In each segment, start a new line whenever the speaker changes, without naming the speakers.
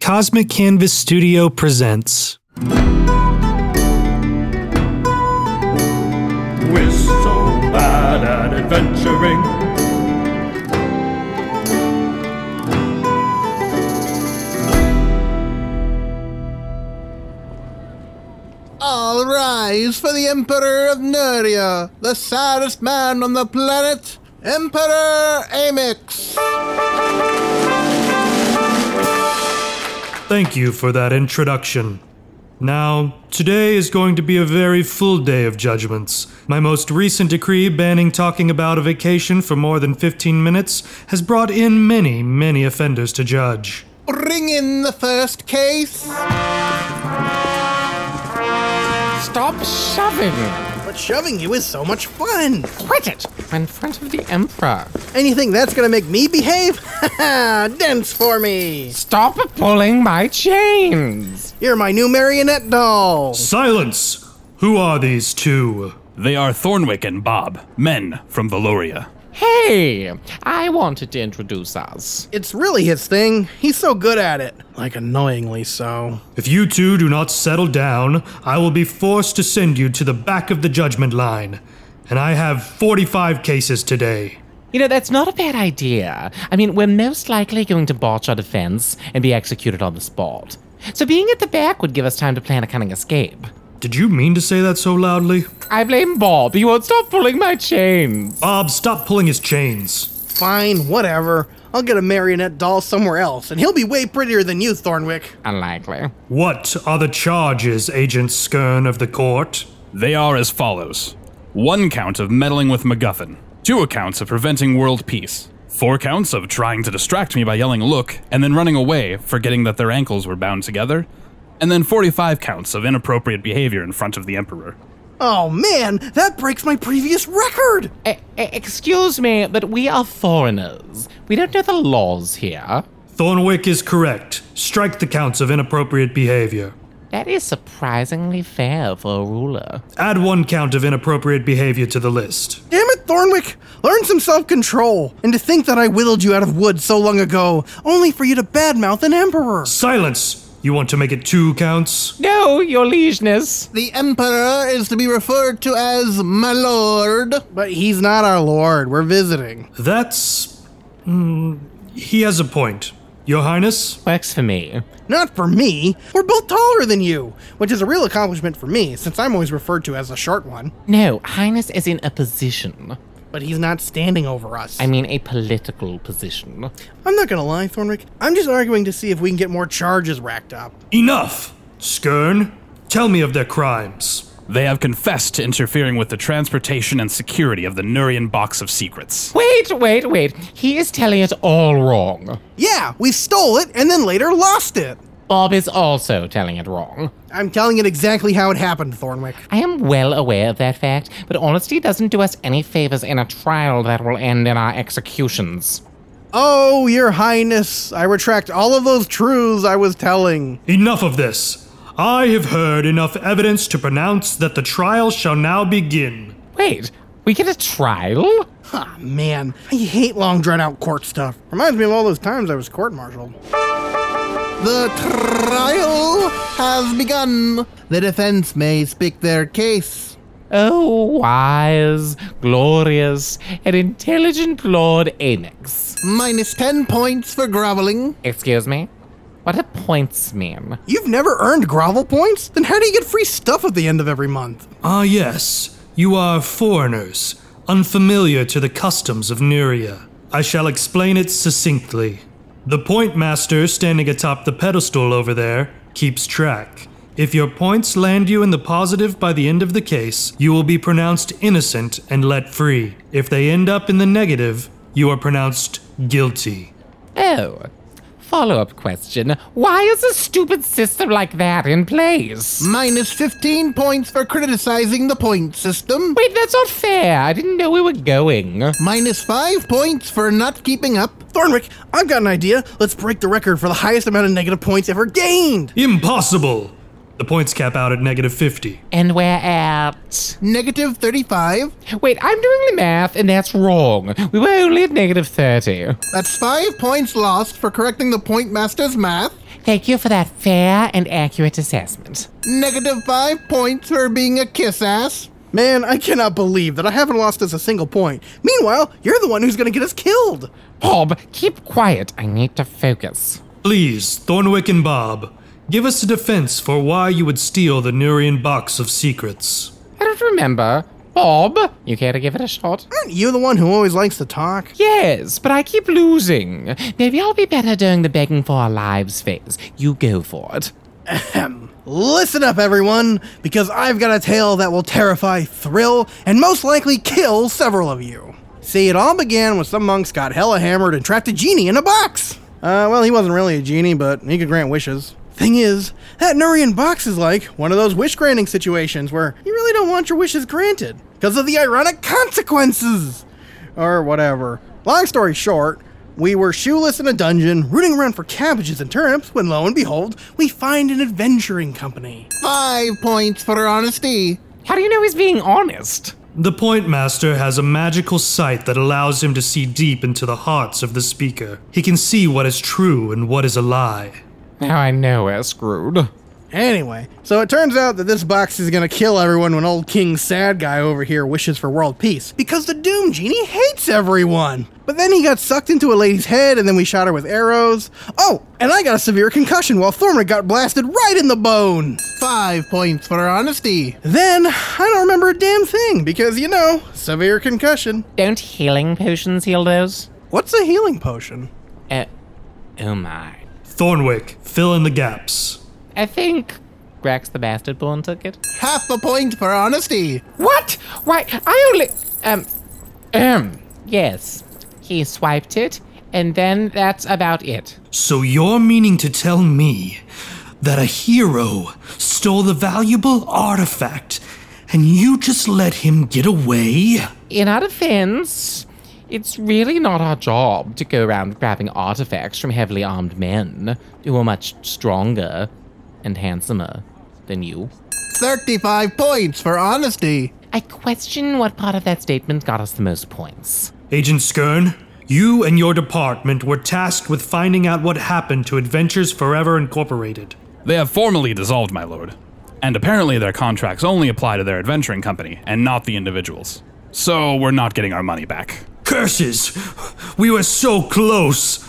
Cosmic Canvas Studio presents
We're so bad at adventuring.
All rise for the Emperor of Nuria, the saddest man on the planet, Emperor Amix.
Thank you for that introduction. Now, today is going to be a very full day of judgments. My most recent decree banning talking about a vacation for more than 15 minutes has brought in many, many offenders to judge.
Bring in the first case.
Stop shoving!
But shoving you is so much fun.
Quit it! I'm in front of the Emperor.
Anything that's gonna make me behave? Dance for me.
Stop pulling my chains!
You're my new marionette doll.
Silence! Who are these two?
They are Thornwick and Bob, men from Valoria.
Hey! I wanted to introduce us.
It's really his thing. He's so good at it. Like annoyingly so.
If you two do not settle down, I will be forced to send you to the back of the judgment line. And I have 45 cases today.
You know, that's not a bad idea. I mean, we're most likely going to botch our defense and be executed on the spot. So being at the back would give us time to plan a cunning escape.
Did you mean to say that so loudly?
I blame Bob. He won't stop pulling my chains.
Bob, stop pulling his chains.
Fine, whatever. I'll get a marionette doll somewhere else, and he'll be way prettier than you, Thornwick.
Unlikely.
What are the charges, Agent Skern of the court?
They are as follows one count of meddling with MacGuffin, two accounts of preventing world peace, four counts of trying to distract me by yelling look and then running away, forgetting that their ankles were bound together, and then 45 counts of inappropriate behavior in front of the Emperor.
Oh man, that breaks my previous record.
E- e- excuse me, but we are foreigners. We don't know the laws here.
Thornwick is correct. Strike the counts of inappropriate behavior.
That is surprisingly fair for a ruler.
Add one count of inappropriate behavior to the list.
Damn it, Thornwick! Learn some self control. And to think that I whittled you out of wood so long ago, only for you to badmouth an emperor.
Silence! You want to make it two counts?
No, your liegeness.
The Emperor is to be referred to as my lord.
But he's not our lord. We're visiting.
That's. mm, he has a point. Your Highness?
Works for me.
Not for me. We're both taller than you, which is a real accomplishment for me, since I'm always referred to as the short one.
No, Highness is in a position.
But he's not standing over us.
I mean, a political position.
I'm not gonna lie, Thornwick. I'm just arguing to see if we can get more charges racked up.
Enough! Skern, tell me of their crimes.
They have confessed to interfering with the transportation and security of the Nurian Box of Secrets.
Wait, wait, wait. He is telling it all wrong.
Yeah, we stole it and then later lost it.
Bob is also telling it wrong.
I'm telling it exactly how it happened, Thornwick.
I am well aware of that fact, but honesty doesn't do us any favors in a trial that will end in our executions.
Oh, your highness, I retract all of those truths I was telling.
Enough of this. I have heard enough evidence to pronounce that the trial shall now begin.
Wait, we get a trial?
Ah, man, I hate long drawn out court stuff. Reminds me of all those times I was court martialed.
The trial has begun. The defense may speak their case.
Oh, wise, glorious, and intelligent Lord Anix.
Minus 10 points for groveling.
Excuse me? What do points mean?
You've never earned grovel points? Then how do you get free stuff at the end of every month?
Ah, yes, you are foreigners, unfamiliar to the customs of Nuria. I shall explain it succinctly. The point master standing atop the pedestal over there keeps track. If your points land you in the positive by the end of the case, you will be pronounced innocent and let free. If they end up in the negative, you are pronounced guilty.
Oh, Follow up question Why is a stupid system like that in place?
Minus 15 points for criticizing the point system.
Wait, that's not fair. I didn't know we were going.
Minus 5 points for not keeping up.
Thornwick, I've got an idea. Let's break the record for the highest amount of negative points ever gained.
Impossible! The points cap out at negative 50.
And we're at.
Negative 35.
Wait, I'm doing the math, and that's wrong. We were only at negative 30.
That's 5 points lost for correcting the point master's math.
Thank you for that fair and accurate assessment.
Negative 5 points for being a kiss ass.
Man, I cannot believe that I haven't lost us a single point. Meanwhile, you're the one who's gonna get us killed.
Bob, keep quiet. I need to focus.
Please, Thornwick and Bob, give us a defense for why you would steal the Nurian box of secrets.
I don't remember. Bob, you care to give it a shot?
Aren't you the one who always likes to talk?
Yes, but I keep losing. Maybe I'll be better during the begging for our lives phase. You go for it.
Listen up, everyone, because I've got a tale that will terrify, thrill, and most likely kill several of you. See, it all began when some monks got hella hammered and trapped a genie in a box. Uh, well, he wasn't really a genie, but he could grant wishes. Thing is, that Nurian box is like one of those wish granting situations where you really don't want your wishes granted because of the ironic consequences or whatever. Long story short, we were shoeless in a dungeon, rooting around for cabbages and turnips, when lo and behold, we find an adventuring company.
5 points for honesty.
How do you know he's being honest?
The Point Master has a magical sight that allows him to see deep into the hearts of the speaker. He can see what is true and what is a lie.
Now I know we're screwed.
Anyway, so it turns out that this box is gonna kill everyone when old King Sad Guy over here wishes for world peace, because the Doom Genie hates everyone! But then he got sucked into a lady's head, and then we shot her with arrows. Oh, and I got a severe concussion while Thornwick got blasted right in the bone!
5 points for honesty.
Then, I don't remember a damn thing, because, you know, severe concussion.
Don't healing potions heal those?
What's a healing potion?
Uh, oh my.
Thornwick, fill in the gaps.
I think Grax the Bastard Born took it.
Half a point for honesty.
What? Why, I only. Um. Um. Yes. He swiped it, and then that's about it.
So you're meaning to tell me that a hero stole the valuable artifact and you just let him get away?
In our defense, it's really not our job to go around grabbing artifacts from heavily armed men who are much stronger and handsomer than you.
35 points for honesty.
I question what part of that statement got us the most points.
Agent Skern, you and your department were tasked with finding out what happened to Adventures Forever Incorporated.
They have formally dissolved, my lord. And apparently their contracts only apply to their adventuring company and not the individuals. So we're not getting our money back.
Curses! We were so close!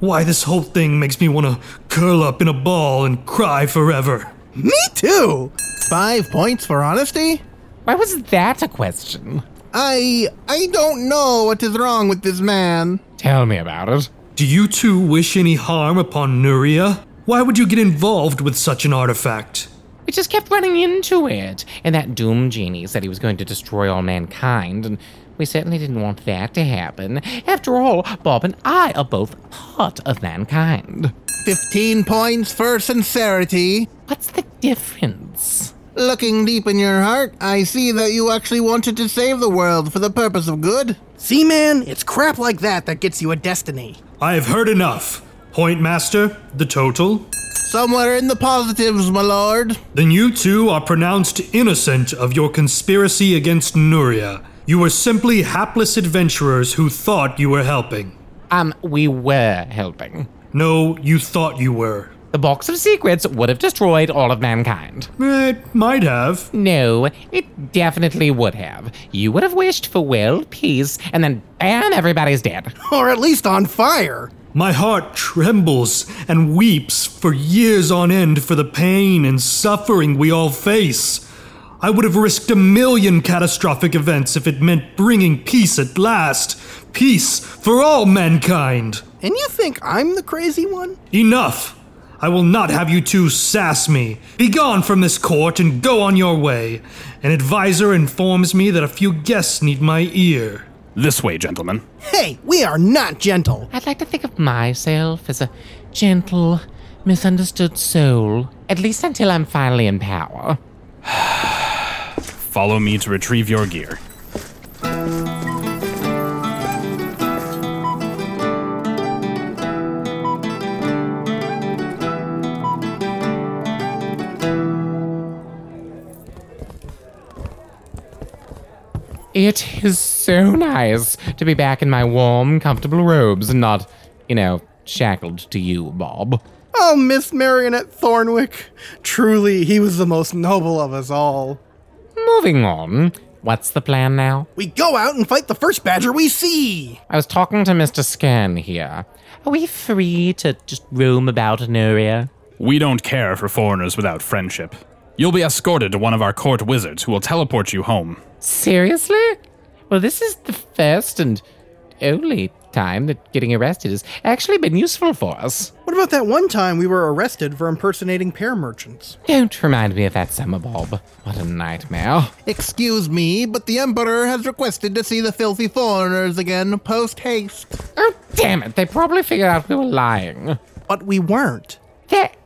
Why, this whole thing makes me want to curl up in a ball and cry forever.
Me too!
5 points for honesty?
Why was that a question?
I I don't know what is wrong with this man.
Tell me about it.
Do you two wish any harm upon Nuria? Why would you get involved with such an artifact?
We just kept running into it. And that doom genie said he was going to destroy all mankind, and we certainly didn't want that to happen. After all, Bob and I are both part of mankind.
15 points for sincerity.
What's the difference?
Looking deep in your heart, I see that you actually wanted to save the world for the purpose of good.
See, man, it's crap like that that gets you a destiny.
I have heard enough. Point Master, the total?
Somewhere in the positives, my lord.
Then you two are pronounced innocent of your conspiracy against Nuria. You were simply hapless adventurers who thought you were helping.
Um, we were helping.
No, you thought you were.
The box of secrets would have destroyed all of mankind.
Eh, It might have.
No, it definitely would have. You would have wished for world peace, and then bam, everybody's dead.
Or at least on fire.
My heart trembles and weeps for years on end for the pain and suffering we all face. I would have risked a million catastrophic events if it meant bringing peace at last. Peace for all mankind.
And you think I'm the crazy one?
Enough! I will not have you two sass me. Begone from this court and go on your way. An advisor informs me that a few guests need my ear.
This way, gentlemen.
Hey, we are not gentle.
I'd like to think of myself as a gentle, misunderstood soul, at least until I'm finally in power.
Follow me to retrieve your gear.
It is so nice to be back in my warm, comfortable robes and not, you know, shackled to you, Bob.
Oh, Miss Marionette Thornwick. Truly, he was the most noble of us all.
Moving on. What's the plan now?
We go out and fight the first badger we see.
I was talking to Mr. Scan here. Are we free to just roam about an area?
We don't care for foreigners without friendship. You'll be escorted to one of our court wizards who will teleport you home.
Seriously? Well, this is the first and only time that getting arrested has actually been useful for us.
What about that one time we were arrested for impersonating pear merchants?
Don't remind me of that summer, Bob. What a nightmare.
Excuse me, but the Emperor has requested to see the filthy foreigners again post haste.
Oh, damn it. They probably figured out we were lying.
But we weren't.
That,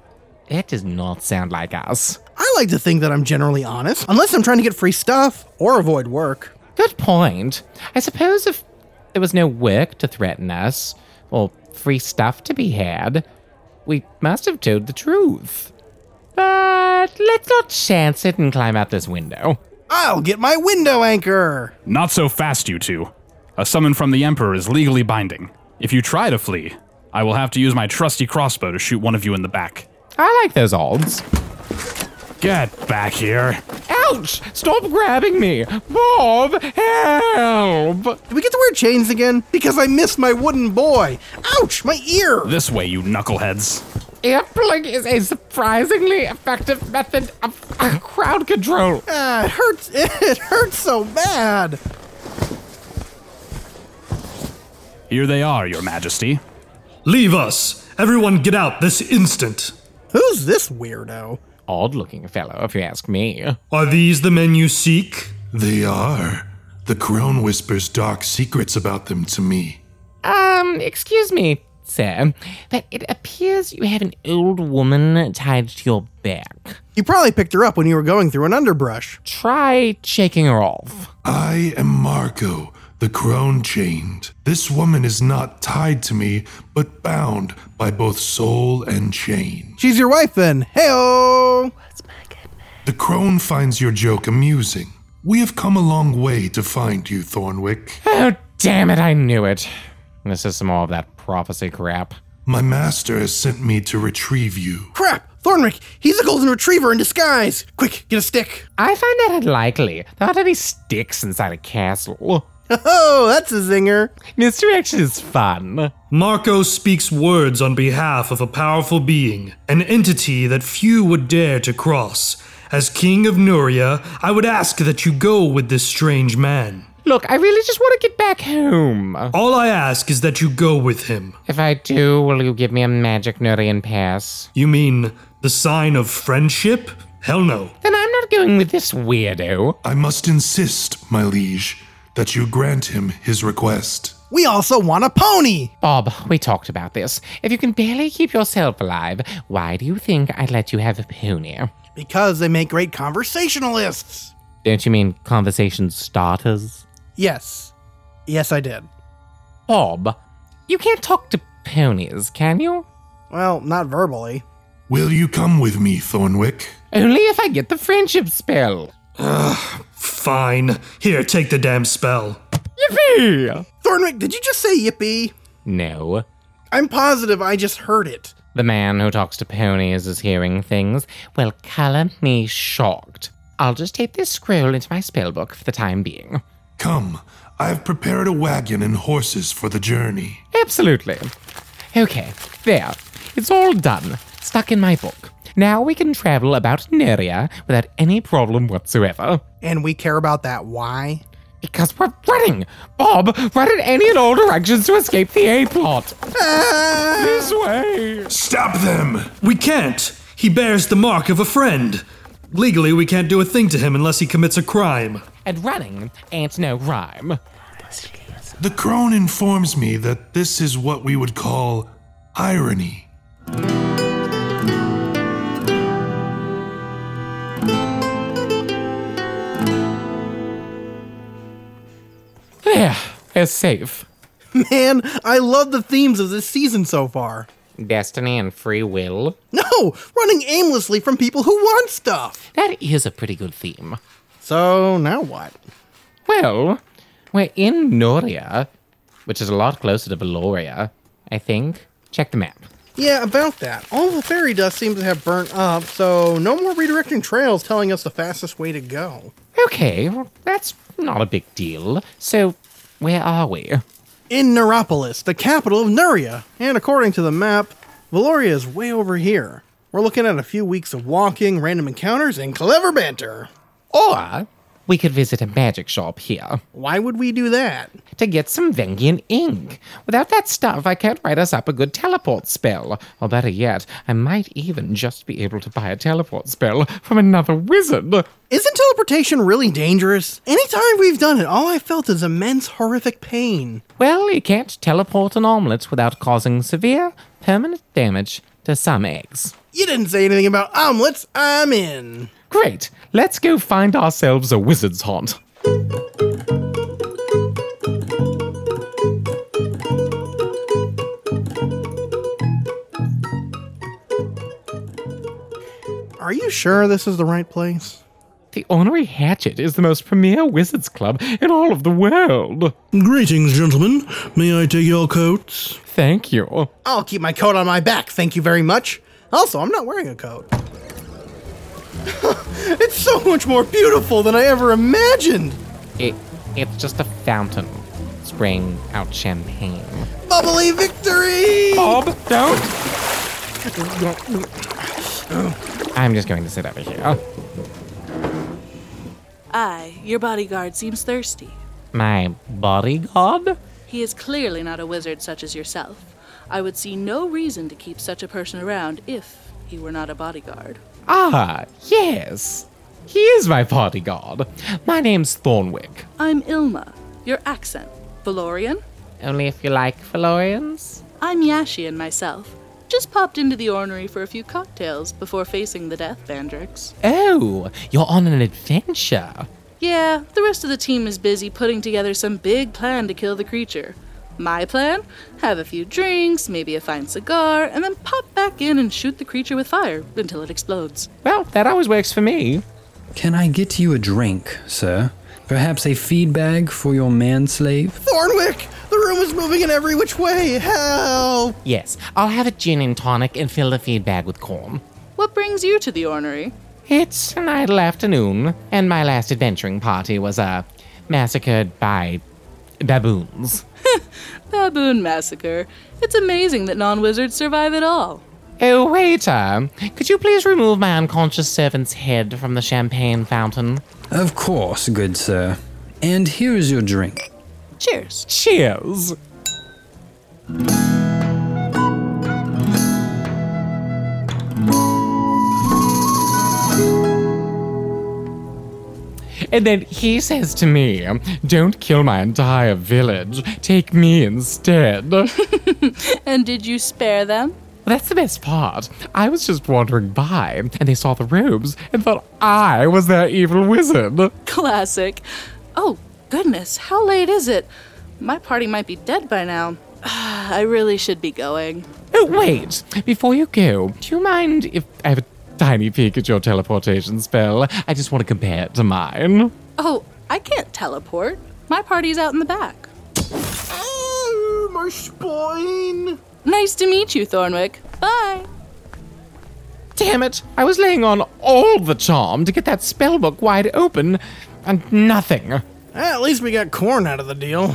that does not sound like us.
I like to think that I'm generally honest, unless I'm trying to get free stuff or avoid work.
Good point. I suppose if there was no work to threaten us, or free stuff to be had, we must have told the truth. But let's not chance it and climb out this window.
I'll get my window anchor.
Not so fast, you two. A summon from the Emperor is legally binding. If you try to flee, I will have to use my trusty crossbow to shoot one of you in the back.
I like those odds.
Get back here.
Ouch! Stop grabbing me! Bob, help!
Do we get to wear chains again? Because I missed my wooden boy. Ouch, my ear.
This way, you knuckleheads.
Earplug is a surprisingly effective method of uh, crowd control.
Ah, it hurts. It hurts so bad.
Here they are, Your Majesty.
Leave us! Everyone get out this instant!
Who's this weirdo?
Odd looking fellow, if you ask me.
Are these the men you seek?
They are. The crone whispers dark secrets about them to me.
Um, excuse me, sir, but it appears you have an old woman tied to your back.
You probably picked her up when you were going through an underbrush.
Try shaking her off.
I am Marco, the crone chained. This woman is not tied to me, but bound by both soul and chain.
She's your wife then. Heyo.
The crone finds your joke amusing. We have come a long way to find you, Thornwick.
Oh, damn it, I knew it. This is some more of that prophecy crap.
My master has sent me to retrieve you.
Crap, Thornwick, he's a golden retriever in disguise. Quick, get a stick.
I find that unlikely. There aren't any sticks inside a castle.
Oh, that's a zinger.
Misdirection is fun.
Marco speaks words on behalf of a powerful being, an entity that few would dare to cross. As King of Nuria, I would ask that you go with this strange man.
Look, I really just want to get back home.
All I ask is that you go with him.
If I do, will you give me a magic Nurian pass?
You mean the sign of friendship? Hell no.
Then I'm not going with this weirdo.
I must insist, my liege, that you grant him his request.
We also want a pony.
Bob, we talked about this. If you can barely keep yourself alive, why do you think I'd let you have a pony?
Because they make great conversationalists.
Don't you mean conversation starters?
Yes. Yes, I did.
Bob, you can't talk to ponies, can you?
Well, not verbally.
Will you come with me, Thornwick?
Only if I get the friendship spell.
Fine. Here, take the damn spell.
Yippee!
Thornwick, did you just say yippee?
No.
I'm positive I just heard it.
The man who talks to ponies is hearing things. Well, color me shocked. I'll just tape this scroll into my spellbook for the time being.
Come, I have prepared a wagon and horses for the journey.
Absolutely. Okay, there. It's all done. Stuck in my book. Now we can travel about Neria without any problem whatsoever.
And we care about that. Why?
Because we're running! Bob, run in any and all directions to escape the A plot! This way!
Stop them!
We can't. He bears the mark of a friend. Legally, we can't do a thing to him unless he commits a crime.
And running ain't no rhyme.
The crone informs me that this is what we would call irony.
There, they're safe.
Man, I love the themes of this season so far.
Destiny and free will.
No, running aimlessly from people who want stuff.
That is a pretty good theme.
So now what?
Well, we're in Noria, which is a lot closer to Beloria, I think. Check the map.
Yeah, about that. All the fairy dust seems to have burnt up, so no more redirecting trails telling us the fastest way to go.
Okay, well, that's not a big deal. So, where are we?
In Neuropolis, the capital of Nuria, and according to the map, Valoria is way over here. We're looking at a few weeks of walking, random encounters, and clever banter.
Or we could visit a magic shop here
Why would we do that?
to get some Vengian ink. Without that stuff, I can't write us up a good teleport spell. Or better yet, I might even just be able to buy a teleport spell from another wizard.
Isn't teleportation really dangerous? Anytime we've done it, all I felt is immense, horrific pain.
Well, you can't teleport an omelet without causing severe, permanent damage to some eggs.
You didn't say anything about omelets. I'm in.
Great, let's go find ourselves a wizard's haunt.
Are you sure this is the right place?
The Ornery Hatchet is the most premier wizards club in all of the world.
Greetings, gentlemen. May I take your coats?
Thank you.
I'll keep my coat on my back, thank you very much. Also, I'm not wearing a coat. it's so much more beautiful than I ever imagined.
It, it's just a fountain spraying out champagne.
Bubbly victory!
Bob, don't! I'm just going to sit over here.
I, your bodyguard, seems thirsty.
My bodyguard?
He is clearly not a wizard such as yourself. I would see no reason to keep such a person around if he were not a bodyguard.
Ah, yes. He is my bodyguard. My name's Thornwick.
I'm Ilma. Your accent. Valorian?
Only if you like Valorians?
I'm Yashian myself. Just popped into the ornery for a few cocktails before facing the death, Vandrix.
Oh, you're on an adventure.
Yeah, the rest of the team is busy putting together some big plan to kill the creature. My plan? Have a few drinks, maybe a fine cigar, and then pop back in and shoot the creature with fire until it explodes.
Well, that always works for me.
Can I get you a drink, sir? Perhaps a feed bag for your manslave?
Thornwick! The room is moving in every which way! Help!
Yes, I'll have a gin and tonic and fill the feed bag with corn.
What brings you to the ornery?
It's an idle afternoon, and my last adventuring party was uh, massacred by baboons.
Baboon Massacre. It's amazing that non wizards survive at all.
Oh, waiter, could you please remove my unconscious servant's head from the champagne fountain?
Of course, good sir. And here is your drink.
Cheers.
Cheers. And then he says to me, Don't kill my entire village. Take me instead.
And did you spare them?
That's the best part. I was just wandering by, and they saw the robes and thought I was their evil wizard.
Classic. Oh, goodness, how late is it? My party might be dead by now. I really should be going.
Oh, wait. Before you go, do you mind if I have a tiny peek at your teleportation spell? I just want to compare it to mine.
Oh, I can't teleport. My party's out in the back.
Oh, my spine!
Nice to meet you, Thornwick. Bye.
Damn it. I was laying on all the charm to get that spellbook wide open, and nothing.
At least we got corn out of the deal.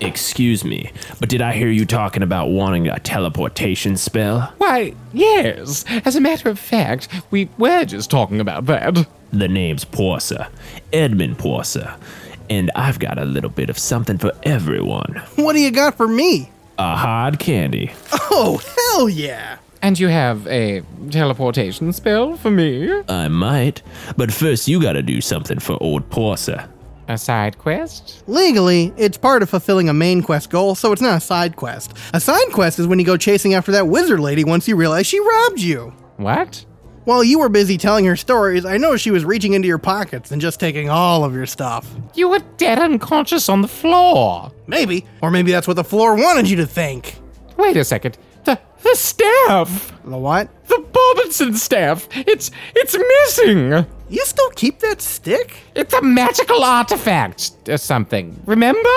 Excuse me, but did I hear you talking about wanting a teleportation spell?
Why, yes. As a matter of fact, we were just talking about that.
The name's Porser, Edmund Porser, and I've got a little bit of something for everyone.
What do you got for me?
A hard candy.
Oh, hell yeah!
And you have a teleportation spell for me?
I might, but first you gotta do something for old Porser.
A side quest?
Legally, it's part of fulfilling a main quest goal, so it's not a side quest. A side quest is when you go chasing after that wizard lady once you realize she robbed you.
What?
While you were busy telling her stories, I know she was reaching into your pockets and just taking all of your stuff.
You were dead unconscious on the floor.
Maybe. Or maybe that's what the floor wanted you to think.
Wait a second. The, the staff!
The what?
The Bobbinson staff! It's it's missing!
You still keep that stick?
It's a magical artifact or something. Remember?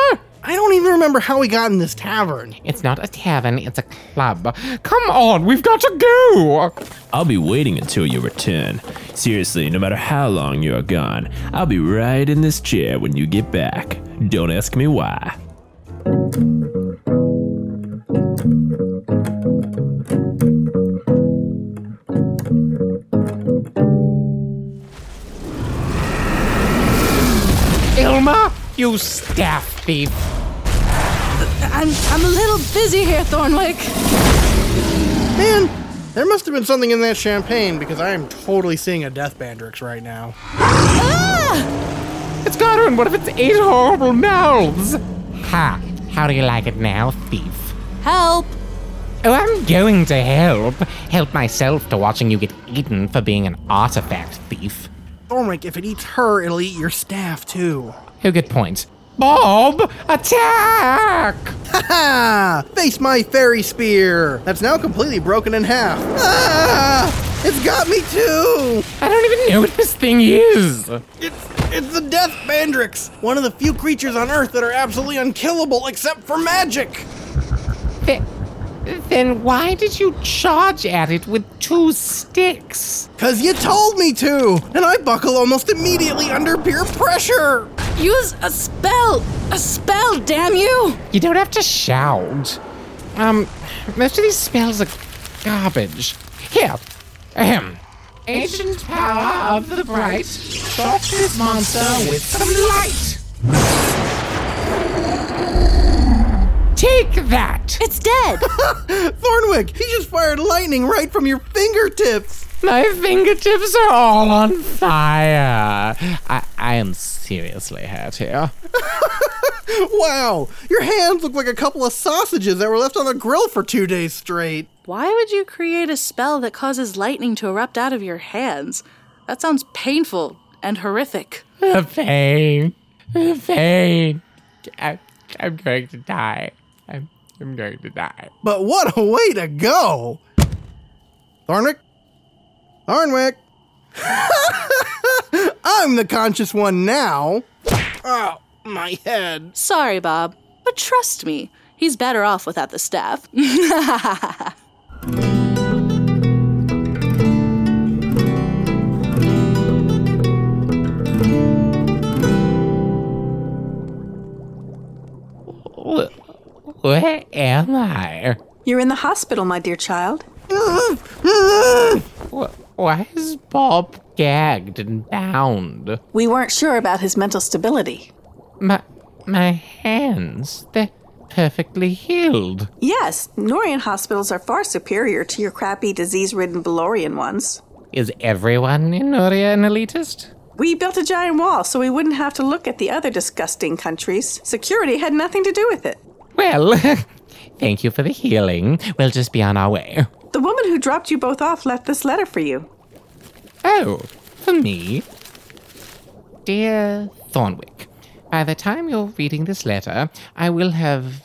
I don't even remember how we got in this tavern.
It's not a tavern, it's a club. Come on, we've got to go!
I'll be waiting until you return. Seriously, no matter how long you're gone, I'll be right in this chair when you get back. Don't ask me why.
Ilma, you staff thief!
I'm, I'm a little busy here, Thornwick.
Man, there must have been something in that champagne because I am totally seeing a Death Bandrix right now.
It's got her in one of its eight horrible mouths! Ha! How do you like it now, thief?
Help!
Oh, I'm going to help. Help myself to watching you get eaten for being an artifact thief.
Thornwick, if it eats her, it'll eat your staff too.
Oh, good point. Bob, attack!
Ha ha! Ah, Face my fairy spear! That's now completely broken in half. Ah! It's got me too!
I don't even know what this thing is.
It's it's the Death Bandrix, one of the few creatures on Earth that are absolutely unkillable except for magic.
Then, then why did you charge at it with two sticks?
Cause you told me to, and I buckle almost immediately under peer pressure.
Use a spell! A spell, damn you!
You don't have to shout. Um, most of these spells are garbage. Here, ahem. Ancient power of the bright, shot this monster with some light. Take that!
It's dead!
Thornwick, he just fired lightning right from your fingertips.
My fingertips are all on fire. I, I am seriously hurt here.
Wow, your hands look like a couple of sausages that were left on the grill for two days straight.
Why would you create a spell that causes lightning to erupt out of your hands? That sounds painful and horrific.
The pain. The pain. I, I'm going to die. I'm, I'm going to die.
But what a way to go! Thornwick? Thornwick? I'm the conscious one now. Oh, my head.
Sorry, Bob, but trust me, he's better off without the staff.
Wh- Where am I?
You're in the hospital, my dear child.
Wh- Why is Bob gagged and bound?
We weren't sure about his mental stability.
My, my hands, they're perfectly healed.
Yes, Norian hospitals are far superior to your crappy, disease ridden Valorian ones.
Is everyone in Noria an elitist?
We built a giant wall so we wouldn't have to look at the other disgusting countries. Security had nothing to do with it.
Well, thank you for the healing. We'll just be on our way.
The woman who dropped you both off left this letter for you.
Oh, for me? Dear Thornwick, by the time you're reading this letter, I will have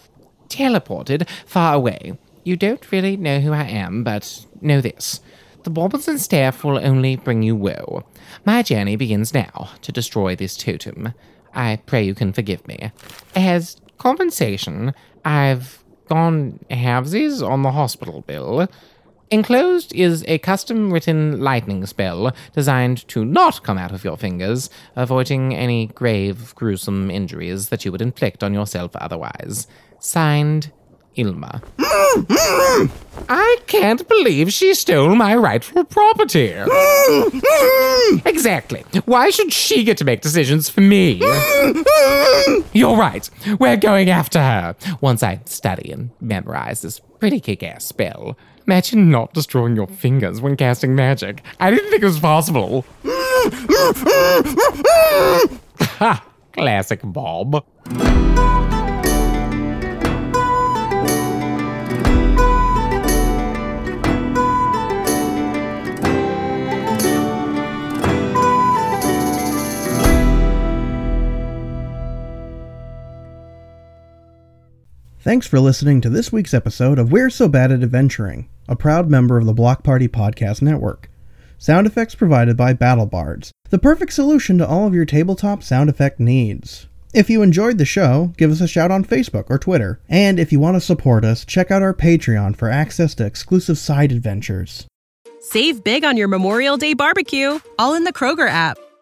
teleported far away. You don't really know who I am, but know this. The Bobbleton staff will only bring you woe. My journey begins now to destroy this totem. I pray you can forgive me. As compensation, I've gone halvesies on the hospital bill. Enclosed is a custom written lightning spell designed to not come out of your fingers, avoiding any grave, gruesome injuries that you would inflict on yourself otherwise. Signed, Ilma. I can't believe she stole my rightful property. exactly. Why should she get to make decisions for me? You're right. We're going after her once I study and memorize this pretty kick ass spell. Imagine not destroying your fingers when casting magic. I didn't think it was possible. Ha! Classic Bob.
Thanks for listening to this week's episode of We're So Bad at Adventuring, a proud member of the Block Party Podcast Network. Sound effects provided by Battle Bards, the perfect solution to all of your tabletop sound effect needs. If you enjoyed the show, give us a shout on Facebook or Twitter. And if you want to support us, check out our Patreon for access to exclusive side adventures.
Save big on your Memorial Day barbecue, all in the Kroger app.